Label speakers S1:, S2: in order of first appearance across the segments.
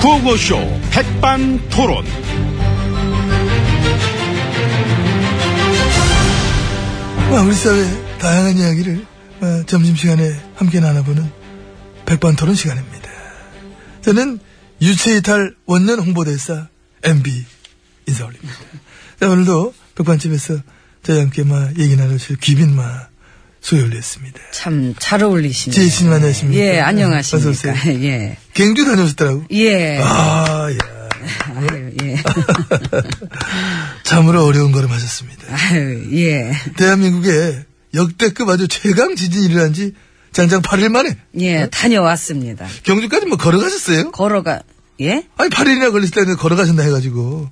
S1: 구호쇼 백반토론.
S2: 아, 우리 사회의 다양한 이야기를 아, 점심시간에 함께 나눠보는 백반토론 시간입니다. 저는 유체이탈 원년 홍보대사 MB 인사올립니다. 자, 오늘도 백반집에서 저희와 함께 마 얘기 나누실 귀빈마 소개올렸습니다.
S3: 참 잘 어울리시네요.
S2: 제이씨님 안녕하십니까?
S3: 예,
S2: 어서
S3: 안녕하십니까.
S2: 오세요.
S3: 예.
S2: 갱주 다녀오셨더라고.
S3: 예.
S2: 아, 야.
S3: 아유, 예.
S2: 참으로 어려운 걸음하셨습니다.
S3: 아유, 예.
S2: 대한민국에 역대급 아주 최강 지진이 일어난 지 장장 8일 만에
S3: 예, 다녀왔습니다.
S2: 경주까지 뭐 걸어가셨어요?
S3: 걸어가, 예?
S2: 아니 8일이나 걸렸을 때는 걸어가셨나 해가지고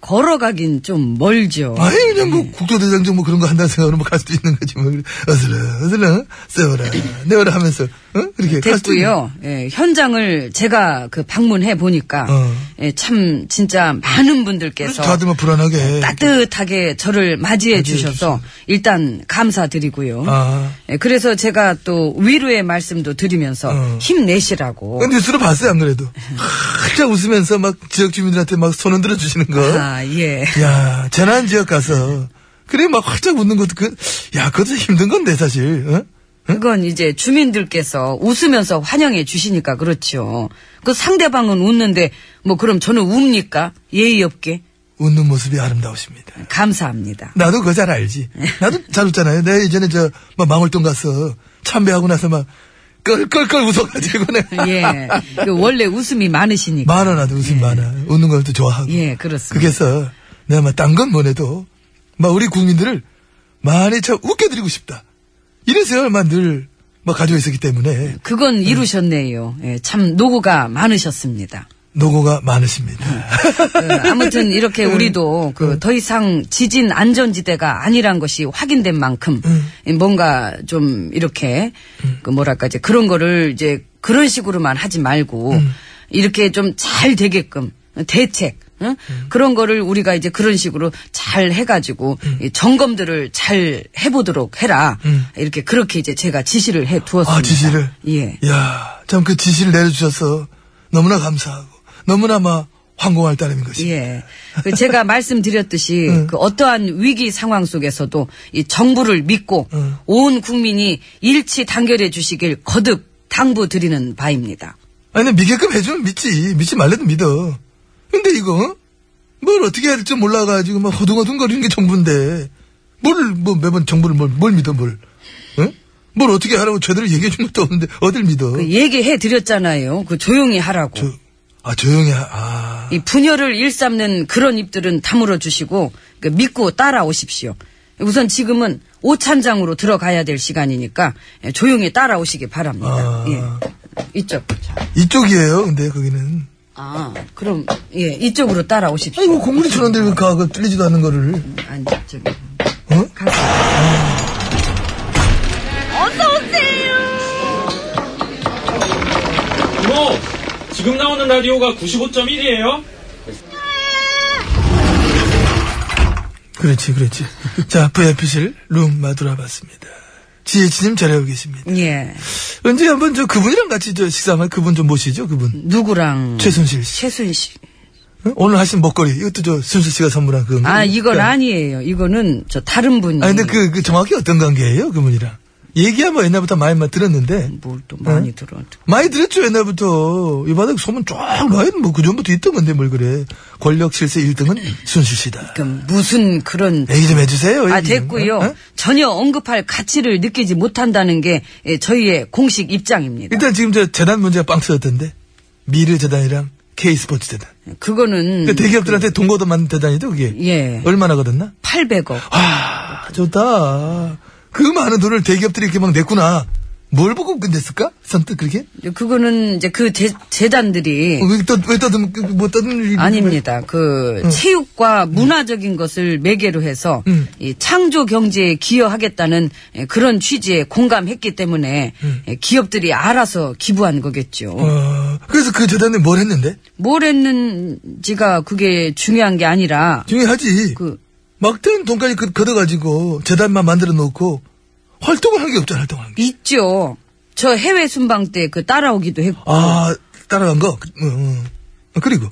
S3: 걸어가긴 좀 멀죠.
S2: 아니 그냥 뭐 국토대장정 뭐 그런 거 한다는 생각으로 뭐 갈 수도 있는 거지 뭐 어슬렁 어슬렁 세워라 내워라 하면서 어? 그렇게 갈 수도
S3: 됐고요. 예, 현장을 제가 그 방문해 보니까
S2: 어.
S3: 예, 참 진짜 많은 분들께서
S2: 있는 거지. 다들 막 불안하게
S3: 따뜻하게 저를 맞이해 주셔서 일단 감사드리고요.
S2: 아
S3: 예, 그래서 제가 또 위로의 말씀도 드리면서
S2: 어.
S3: 힘내시라고.
S2: 그 뉴스로 봤어요 안 그래도 활짝 웃으면서 막 지역 주민들한테 막 손흔 들어 주시는 거
S3: 아, 예.
S2: 야, 재난 지역 가서 그래 막 활짝 웃는 것도 그, 야, 그것도 힘든 건데 사실. 어?
S3: 그건 이제 주민들께서 웃으면서 환영해 주시니까 그렇죠. 그 상대방은 웃는데 뭐 그럼 저는 웁니까? 예의 없게
S2: 웃는 모습이 아름다우십니다.
S3: 감사합니다.
S2: 나도 그거 잘 알지. 나도 잘 웃잖아요. 내가 예전에 저, 막 망월동 가서 참배하고 나서 막 껄껄껄 웃어가지고 내가.
S3: 예, 그 원래 웃음이 많으시니까.
S2: 많아, 나도 웃음 많아. 웃는 걸 또 좋아하고.
S3: 예, 그렇습니다.
S2: 그래서 내가 막 딴 건 뭐래도 막 우리 국민들을 많이 참 웃겨드리고 싶다. 이런 생각만 늘 막 가지고 있었기 때문에
S3: 그건 이루셨네요. 예, 참 노고가 많으셨습니다.
S2: 노고가 많으십니다.
S3: 그 아무튼
S2: 예.
S3: 이렇게 우리도 그 더 이상 지진 안전지대가 아니란 것이 확인된 만큼
S2: 예.
S3: 예, 뭔가 좀 이렇게 그 뭐랄까 이제 그런 거를 이제 그런 식으로만 하지 말고
S2: 예.
S3: 이렇게 좀 잘 되게끔 대책 응?
S2: 예.
S3: 그런 거를 우리가 이제 그런 식으로 잘 해가지고
S2: 예.
S3: 이 점검들을 잘 해보도록 해라 이렇게 그렇게 이제 제가 지시를 해 두었습니다.
S2: 아, 지시를?
S3: 예.
S2: 야, 참 그 지시를 내려주셔서 너무나 감사하고, 너무나 막 황공할 따름인 것이.
S3: 예. 그 제가 말씀드렸듯이 그 어떠한 위기 상황 속에서도 이 정부를 믿고
S2: 응.
S3: 온 국민이 일치 단결해 주시길 거듭 당부드리는 바입니다.
S2: 아니, 근데 믿게끔 해주면 믿지. 믿지 말래도 믿어. 근데 이거, 어? 뭘 어떻게 해야 될지 몰라가지고 막 허둥허둥거리는 게 정부인데, 뭘, 뭐 매번 정부를 뭘, 뭘 믿어, 뭘. 응? 뭘 어떻게 하라고 제대로 얘기해준 것도 없는데, 어딜 믿어.
S3: 그 얘기해 드렸잖아요. 그 조용히 하라고.
S2: 저, 아, 조용히, 하, 아.
S3: 이 분열을 일삼는 그런 입들은 다물어 주시고 그 믿고 따라오십시오. 우선 지금은 오찬장으로 들어가야 될 시간이니까 예, 조용히 따라오시기 바랍니다.
S2: 아.
S3: 예. 이쪽.
S2: 이쪽이에요, 근데 거기는.
S3: 아, 그럼 예, 이쪽으로 따라오십시오.
S2: 아이고, 뭐 공군이 저런데 왜 가, 그 뚫리지도 않는 거를.
S3: 아니, 저기.
S2: 어?
S3: 가서.
S4: 이모, 지금 나오는 라디오가 95.1이에요?
S2: 그렇지, 그렇지. 자, VIP실 룸 마두라 봤습니다. 지혜치님 잘하고 계십니다.
S3: 예.
S2: 언제 한번 저 그분이랑 같이 저 식사하면 그분 좀 모시죠, 그분.
S3: 누구랑?
S2: 최순실 씨. 네.
S3: 최순실.
S2: 응? 오늘 하신 목걸이. 이것도 저 순실 씨가 선물한 그거.
S3: 아, 이건 아니에요. 이거는 저 다른 분이.
S2: 네. 아, 근데 그, 그 정확히 어떤 관계예요, 그분이랑? 얘기야 뭐 옛날부터 많이 많이 들었는데.
S3: 뭘 또 많이
S2: 응?
S3: 들어.
S2: 많이 들었죠, 옛날부터. 이 바닥 소문 쫙 나요. 뭐 그전부터 있던 건데 뭘 그래. 권력 실세 1등은 순실 씨다.
S3: 그 무슨 그런.
S2: 얘기 좀 해주세요. 네?
S3: 아,
S2: 얘기 좀.
S3: 됐고요.
S2: 응? 응?
S3: 전혀 언급할 가치를 느끼지 못한다는 게 예, 저희의 공식 입장입니다.
S2: 일단 지금 저 재단 문제가 빵 터졌던데. 미르 재단이랑 K스포츠 재단.
S3: 음, 그거는.
S2: 그 대기업들한테 돈 걷어맞는 대단이죠, 그게?
S3: 예.
S2: 얼마나 걷었나?
S3: 800억.
S2: 아, 좋다. 그 많은 돈을 대기업들이 이렇게 막 냈구나. 뭘 보고 끝냈을까? 선뜻 그렇게?
S3: 그거는 이제 그 재, 재단들이.
S2: 왜 또, 왜 떠듬, 뭐 떠듬,
S3: 예. 아닙니다. 그 체육과 문화적인 것을 매개로 해서
S2: 음.
S3: 이 창조 경제에 기여하겠다는 예, 그런 취지에 공감했기 때문에 예, 기업들이 알아서 기부한 거겠죠.
S2: 음. 어, 그래서 그 재단에 뭘 했는데?
S3: 뭘 했는지가 그게 중요한 게 아니라
S2: 중요하지.
S3: 그
S2: 막대한 돈까지 그- 걷어가지고 재단만 만들어 놓고 활동을 한 게 없잖아, 활동을 한 게.
S3: 있죠. 저 해외 순방 때 그 따라오기도 했고
S2: 아, 따라간 거? 그, 응, 응. 그리고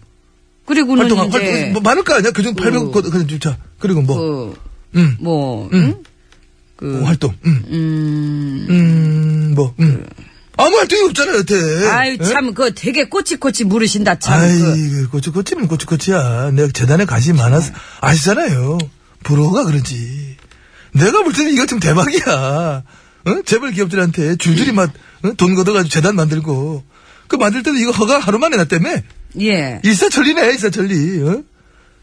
S3: 그리고는
S2: 활동한 활동
S3: 이제
S2: 뭐 많을 거 아니야? 그중 800억
S3: 그-
S2: 그, 그, 자 그리고 뭐
S3: 그,
S2: 음.
S3: 뭐,
S2: 음.
S3: 응? 그,
S2: 활동 음.
S3: 음, 그
S2: 음, 뭐, 음. 아무 활동이 없잖아요, 여태.
S3: 아유,
S2: 예?
S3: 참, 그 되게 꼬치꼬치 물으신다, 참.
S2: 아이,
S3: 그.
S2: 그 꼬치꼬치면 꼬치꼬치야. 내가 재단에 관심이
S3: 네.
S2: 많아서, 아시잖아요. 부러워가 그러지. 내가 볼 때는 이거 좀 대박이야. 응? 재벌 기업들한테 줄줄이 막, 응? 돈 걷어가지고 재단 만들고. 그 만들 때도 이거 허가 하루만에 났다며?
S3: 예.
S2: 일사천리네, 일사천리. 응?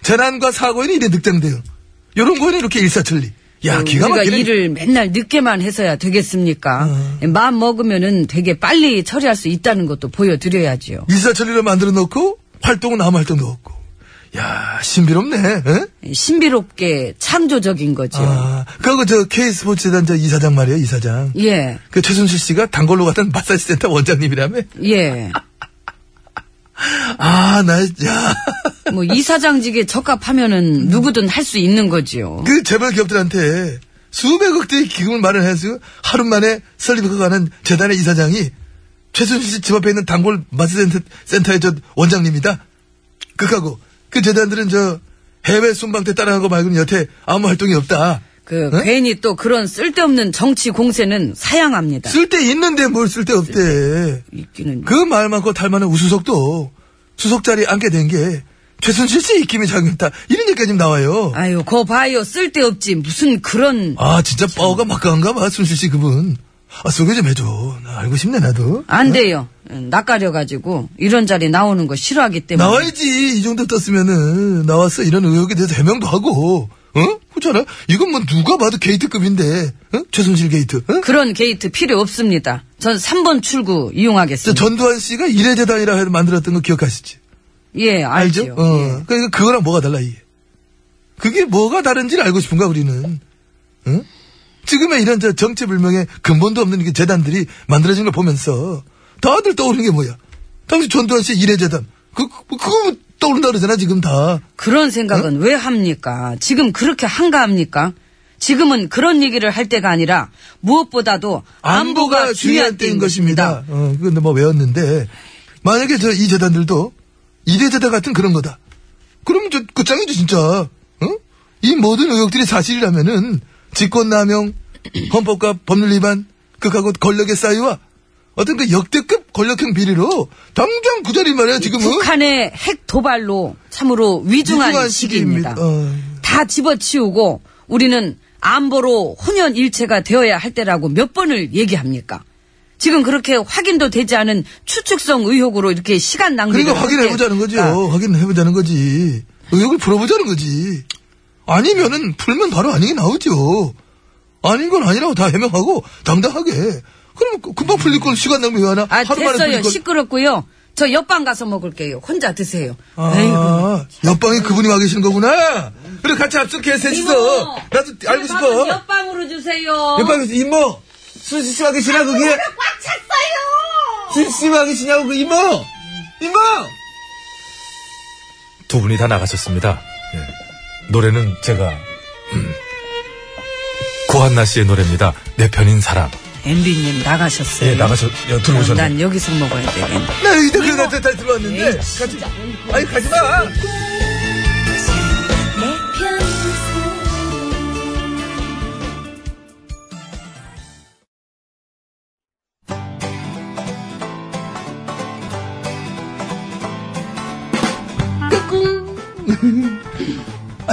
S2: 재난과 사고에는 이래 늑장대응. 요런 거는 이렇게 일사천리. 야,
S3: 그
S2: 기가
S3: 우리가
S2: 막히네.
S3: 일을 맨날 늦게만 해서야 되겠습니까?
S2: 어.
S3: 마음 먹으면은 되게 빨리 처리할 수 있다는 것도 보여드려야지요.
S2: 일사천리로 만들어 놓고, 활동은 아무 활동도 없고. 야, 신비롭네, 응?
S3: 신비롭게 창조적인 거죠.
S2: 아, 그거 저 K스포츠재단 저 이사장 말이에요, 이사장.
S3: 예,
S2: 그 최순실 씨가 단골로 갔던 마사지 센터 원장님이라며?
S3: 예.
S2: 아, 나, 야.
S3: 뭐 이사장직에 적합하면은 누구든 할 수 있는 거지요.
S2: 그 재벌 기업들한테 수백억대의 기금을 마련해서 하루 만에 설립해가는 재단의 이사장이 최순실 씨 집 앞에 있는 단골 마사지 센터, 센터의 저 원장님이다? 극하고, 그 재단들은 저 해외 순방 때 따라간 거 말고는 여태 아무 활동이 없다.
S3: 그
S2: 응?
S3: 괜히 또 그런 쓸데없는 정치 공세는 사양합니다.
S2: 쓸데 있는데 뭘 쓸데 없대.
S3: 있기는
S2: 그 말 많고 닮아는 우수석도 수석 자리에 앉게 된 게 최순실 씨 입김이 작용했다 이런 얘기가 지금 나와요.
S3: 아유, 거 봐요. 쓸데없지. 무슨 그런
S2: 아 진짜 파워가 막강한가 봐 순실 씨 그분. 아 소개 좀 해줘. 나 알고 싶네 나도.
S3: 안 돼요. 낯가려 가지고 이런 자리 나오는 거 싫어하기 때문에.
S2: 나와야지 이 정도 떴으면은 나왔어 이런 의혹에 대해서 해명도 하고. 어? 그렇잖아. 이건 뭐 누가 봐도 게이트급인데. 어? 최순실 게이트. 어?
S3: 그런 게이트 필요 없습니다. 전 3번 출구
S2: 저
S3: 이용하겠습니다.
S2: 전두환 씨가 이래재단이라 해서 만들었던 거 기억하시지?
S3: 예,
S2: 알죠?
S3: 알죠.
S2: 어. 그러니까 그거랑 뭐가 달라, 이게. 그게 뭐가 다른지를 알고 싶은가, 우리는. 응? 지금의 이런 저 정체불명의 근본도 없는 이게 재단들이 만들어진 걸 보면서 다들 떠오르는 게 뭐야? 당시 전두환 씨 이래재단. 그, 그, 그거 떠오른다 그러잖아, 지금 다.
S3: 그런 생각은 왜 합니까? 지금 그렇게 한가합니까? 지금은 그런 얘기를 할 때가 아니라 무엇보다도 안보가, 중요한 때인 것입니다.
S2: 어, 그건 뭐 외웠는데. 만약에 저 이 재단들도 이래재단 같은 그런 거다. 그럼 저, 그 짱이지, 진짜. 어? 이 모든 의혹들이 사실이라면은 직권남용, 헌법과 법률 위반, 극하고 권력의 싸이와 어떤 그 역대급 권력형 비리로 당장 그 자리 말이야, 지금은.
S3: 북한의 핵 도발로 참으로 위중한,
S2: 위중한
S3: 시기입니다.
S2: 시기입니다. 어.
S3: 다 집어치우고 우리는 안보로 혼연일체가 되어야 할 때라고 몇 번을 얘기합니까? 지금 그렇게 확인도 되지 않은 추측성 의혹으로 이렇게 시간 낭비를
S2: 그러니까 확인해보자는
S3: 할 때-
S2: 거죠. 확인해보자는 거지. 의혹을 풀어보자는 거지. 아니면은 풀면 바로 아닌 게 나오죠. 아닌 건 아니라고 다 해명하고 당당하게. 그러면 그- 금방 풀릴 걸 시간 낭비 왜 하나?
S3: 아,
S2: 하루 만에 풀릴
S3: 됐어요.
S2: 걸.
S3: 시끄럽고요. 저 옆방 가서 먹을게요. 혼자 드세요. 에이구.
S2: 아, 옆방에 그분이 와 계시는 거구나. 그래 같이 합숙해 셋이서.
S3: 이모, 네,
S2: 나도 알고
S3: 제 밥은
S2: 싶어.
S3: 옆방으로 주세요.
S2: 옆방에서 이모 순수 씨와 계시나 어? 아, 그게? 꽉 찼어요. 순수 씨와 계시냐고 그 이모. 이모.
S5: 두 분이 다 나가셨습니다. 예. 노래는 제가 음, 고한나 씨의 노래입니다. 내 편인 사람.
S3: 엠비님 나가셨어요.
S2: 네,
S5: 예, 나가셔 여,
S3: 그럼
S5: 들어오셨네.
S3: 난 여기서 먹어야 되겠네.
S2: 나 이따 그래 나한테 다시 들어왔는데. 같이. 아니 가지 마.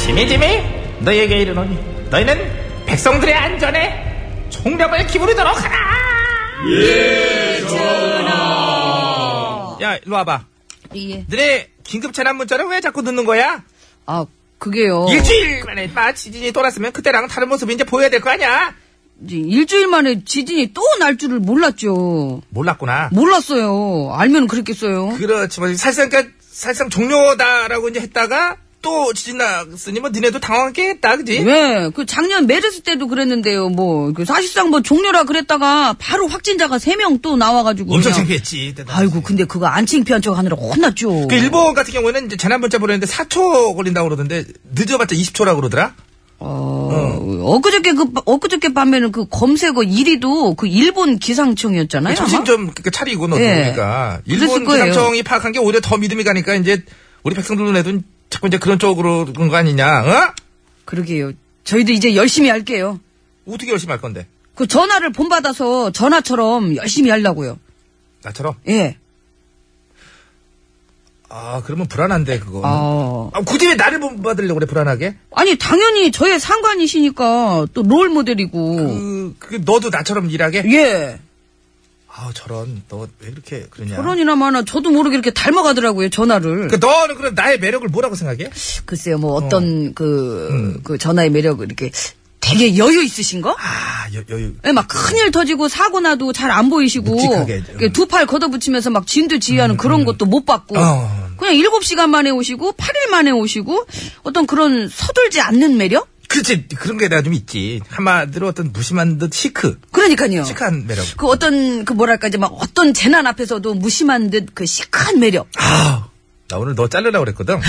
S6: 지미 지미 너희에게 이르노니 너희는 백성들의 안전에 총력을 기울이도록 하라 야 일로 와봐
S3: 예.
S6: 너네 긴급 재난 문자를 왜 자꾸 듣는 거야?
S3: 아, 그게요.
S6: 일주일 만에 마 지진이 돌았으면 그때랑 다른 모습이 이제 보여야 될 거 아니야
S3: 이제 일주일 만에 지진이 또 날 줄을 몰랐죠.
S6: 몰랐구나
S3: 몰랐어요. 알면 그랬겠어요.
S6: 그렇지만 사실상 그러니까 사실상 종료다라고 이제 했다가 또 지진 났으니 뭐 니네도 당황하게 했다 그지?
S3: 왜? 그 작년 메르스 때도 그랬는데요. 뭐, 그 사실상 뭐 종료라 그랬다가 바로 확진자가 3명 또 나와가지고.
S6: 엄청
S3: 그냥.
S6: 창피했지 대단하지.
S3: 아이고, 근데 그거 안 창피한 척 하느라 혼났죠.
S6: 그 일본 같은 경우에는 이제 재난 문자 보내는데 4초 걸린다고 그러던데 늦어봤자 20초라고 그러더라.
S3: 어, 엊그저께 그, 엊그저께 밤에는 그 검색어 1위도 그 일본 기상청이었잖아요.
S6: 정신
S3: 아마?
S6: 좀 그러니까 차리고 너
S3: 예.
S6: 그러니까
S3: 그랬을
S6: 일본
S3: 거예요.
S6: 기상청이 파악한 게 오히려 더 믿음이 가니까 이제 우리 백성들 눈에도 자꾸 이제 그런 쪽으로 그런 거 아니냐? 어?
S3: 그러게요. 저희도 이제 열심히 할게요.
S6: 어떻게 열심히 할 건데?
S3: 그 전화를 본받아서 전화처럼 열심히 하려고요.
S6: 나처럼?
S3: 예.
S6: 아 그러면 불안한데 그거.
S3: 아.
S6: 아, 굳이 왜 나를 못 받으려고 그래 불안하게?
S3: 아니, 당연히 저의 상관이시니까 또 롤 모델이고.
S6: 그, 그 너도 나처럼 일하게?
S3: 예.
S6: 아 저런 너 왜 그렇게 그러냐?
S3: 그러니나마나 저도 모르게 이렇게 닮아가더라고요, 전화를.
S6: 그 너는 그럼 나의 매력을 뭐라고 생각해?
S3: 글쎄요, 뭐 어떤 그, 그 전화의 매력을 이렇게 되게 여유 있으신 거?
S6: 음. 아 여, 여유.
S3: 예, 막 큰일 터지고 사고 나도 잘 안 보이시고
S6: 묵직하게. 음,
S3: 두 팔 걷어붙이면서 막 진두 지휘하는 그런 것도 못 받고
S6: 어.
S3: 그냥 일곱 시간 만에 오시고 팔 일 만에 오시고 어떤 그런 서둘지 않는 매력?
S6: 그렇지 그런 게 내가 좀 있지 한마디로 어떤 무심한 듯 시크
S3: 그러니까요.
S6: 시크한 매력
S3: 그 어떤 그 뭐랄까 이제 막 어떤 재난 앞에서도 무심한 듯 그 시크한 매력.
S6: 나 오늘 너 자르려고 그랬거든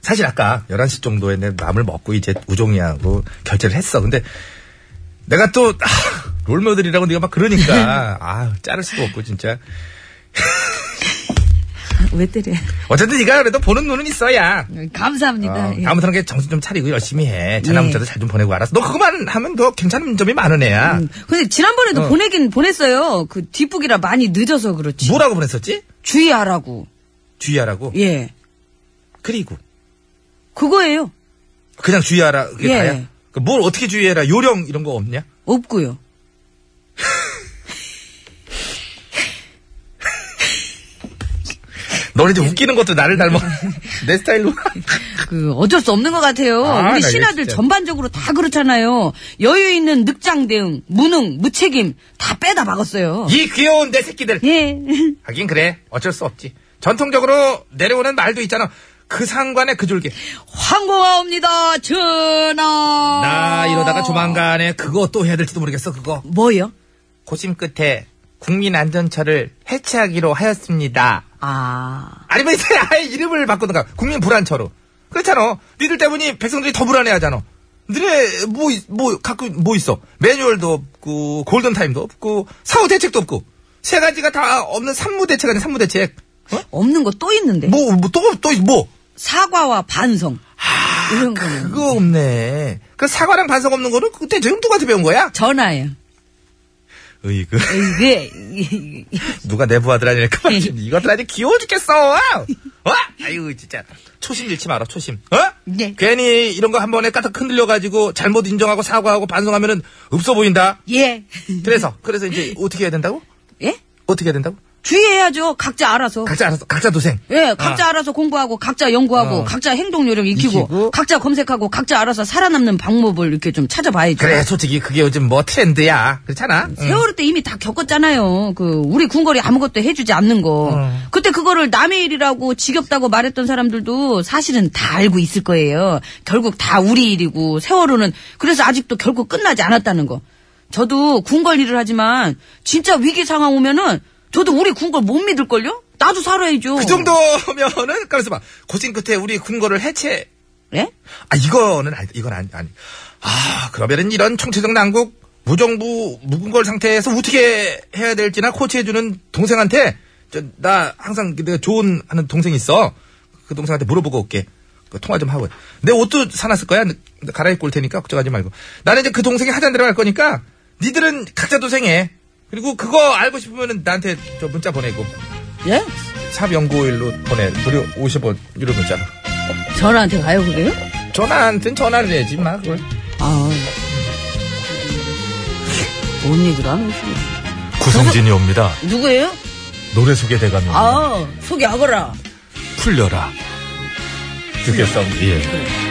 S6: 사실 아까 11시 정도에 내 마음을 먹고 이제 우종이하고 결제를 했어 근데 내가 또 아, 롤모델이라고 네가 막 그러니까 아 자를 수도 없고 진짜
S3: 아, 왜 때려?
S6: 어쨌든 네가 그래도 보는 눈은 있어야
S3: 감사합니다. 예.
S6: 아무튼 게 정신 좀 차리고 열심히 해 전화
S3: 예.
S6: 문자도 잘 좀 보내고 알았어 너 그거만 하면 너 괜찮은 점이 아, 많은 애야
S3: 음. 근데 지난번에도
S6: 어.
S3: 보내긴 보냈어요. 그 뒷북이라 많이 늦어서 그렇지.
S6: 뭐라고 보냈었지?
S3: 주의하라고.
S6: 주의하라고
S3: 예.
S6: 그리고
S3: 그거예요.
S6: 그냥 주의하라 그게
S3: 예.
S6: 다야? 그뭘 어떻게 주의해라 요령 이런 거 없냐?
S3: 없고요.
S6: 너는
S3: 예.
S6: 이제 웃기는 것도 나를 닮아. 내 스타일로.
S3: 그 어쩔 수 없는 것 같아요.
S6: 아,
S3: 우리
S6: 나 이거
S3: 신하들
S6: 진짜.
S3: 전반적으로 다 그렇잖아요. 여유 있는 늑장 대응, 무능, 무책임 다 빼다 박았어요.
S6: 이 귀여운 내 새끼들.
S3: 예.
S6: 하긴 그래. 어쩔 수 없지. 전통적으로 내려오는 말도 있잖아. 그 상관의 그 줄기.
S3: 황공하옵니다. 전하.
S6: 나 이러다가 조만간에 그거 또 해야 될지도 모르겠어, 그거.
S3: 뭐요?
S6: 고심 끝에 국민안전처를 해체하기로 하였습니다.
S3: 아.
S6: 아니, 면 이제 아예 이름을 바꾸든가. 국민불안처로. 그렇잖아. 니들 때문에 백성들이 더 불안해하잖아. 니네 뭐, 있- 뭐, 가끔 뭐 있어. 매뉴얼도 없고, 골든타임도 없고, 사후 대책도 없고. 세 가지가 다 없는 산무대책 아니 산무대책. 어?
S3: 없는 거 또 있는데.
S6: 뭐, 뭐, 또, 또, 뭐.
S3: 사과와 반성. 이런 거는.
S6: 아, 그거 없네. 그 사과랑 반성 없는 거는 그때 저 형도한테 배운 거야?
S3: 전화예요. 예.
S6: 으이, 그,
S3: 이게
S6: 누가 내부 아들 아니랄까 봐. 이것들 아주 귀여워 죽겠어. 어? 아유, 진짜. 초심 잃지 마라, 초심. 어?
S3: 네.
S6: 괜히 이런 거 한 번에 까딱 흔들려가지고 잘못 인정하고 사과하고 반성하면은 없어 보인다.
S3: 예.
S6: 그래서, 그래서 이제 어떻게 해야 된다고?
S3: 예?
S6: 어떻게 해야 된다고?
S3: 주의해야죠. 각자 알아서.
S6: 각자 알아서, 각자 도생.
S3: 예, 각자 알아서 공부하고, 각자 연구하고,
S6: 어.
S3: 각자 행동 요령 익히고,
S6: 익히고.
S3: 각자 검색하고, 각자 알아서 살아남는 방법을 이렇게 좀 찾아봐야죠.
S6: 그래, 솔직히 그게 요즘 뭐 트렌드야. 그렇잖아? 응.
S3: 세월호 때 이미 다 겪었잖아요. 그 우리 군거리 아무것도 해주지 않는 거. 그때 그거를 남의 일이라고 지겹다고 말했던 사람들도 사실은 다 알고 있을 거예요. 결국 다 우리 일이고 세월호는 그래서 아직도 결국 끝나지 않았다는 거. 저도 군걸 일을 하지만 진짜 위기 상황 오면은 저도 우리 군걸 못 믿을 걸요? 나도 살아야죠.
S6: 그 정도면은, 가만있어 봐. 고진 끝에 우리 군거를 해체.
S3: 예?
S6: 아, 이거는 아니다. 이건 아니, 아니. 아, 그러면은 이런 총체적 난국, 무정부, 무군걸 상태에서 어떻게 해야 될지나 코치해주는 동생한테, 저, 나 항상 그 내가 좋은 하는 동생이 있어. 그 동생한테 물어보고 올게. 그 통화 좀 하고. 내 옷도 사놨을 거야. 나 갈아입고 올 테니까 걱정하지 말고. 나는 이제 그 동생이 하잔대로 할 거니까, 니들은 각자 도생해. 그리고 그거 알고 싶으면은 나한테 저 문자 보내고.
S3: 예?
S6: 샵 0951로 보내. 무료 50원 유료 문자.
S3: 전화한테 가요 그래요?
S6: 저- 전화한테는 전화를 해야지, 마, 그걸.
S3: 아. 뭔 얘기를 하는 거지?
S5: 구성진이 옵니다.
S3: 누구예요?
S5: 노래 소개돼가며
S3: 아, 소개하거라.
S5: 풀려라.
S6: 듣겠어.
S5: 예.